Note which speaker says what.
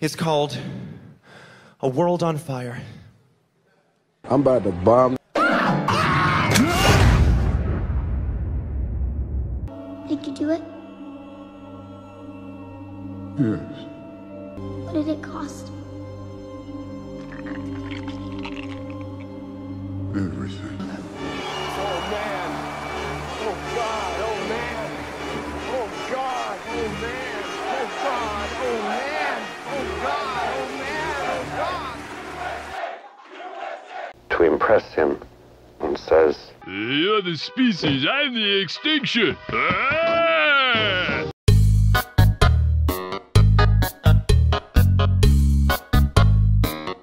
Speaker 1: It's called A World on Fire.
Speaker 2: I'm about to bomb.
Speaker 3: Did you do it?
Speaker 2: Yes.
Speaker 3: What did it cost?
Speaker 2: Everything.
Speaker 4: Oh man. Oh God. Oh man. Oh God. Oh man. Oh God. Oh man. Oh God. Oh man. Oh God.
Speaker 5: to impress him and says,
Speaker 6: You're the species, I'm the extinction. Ah!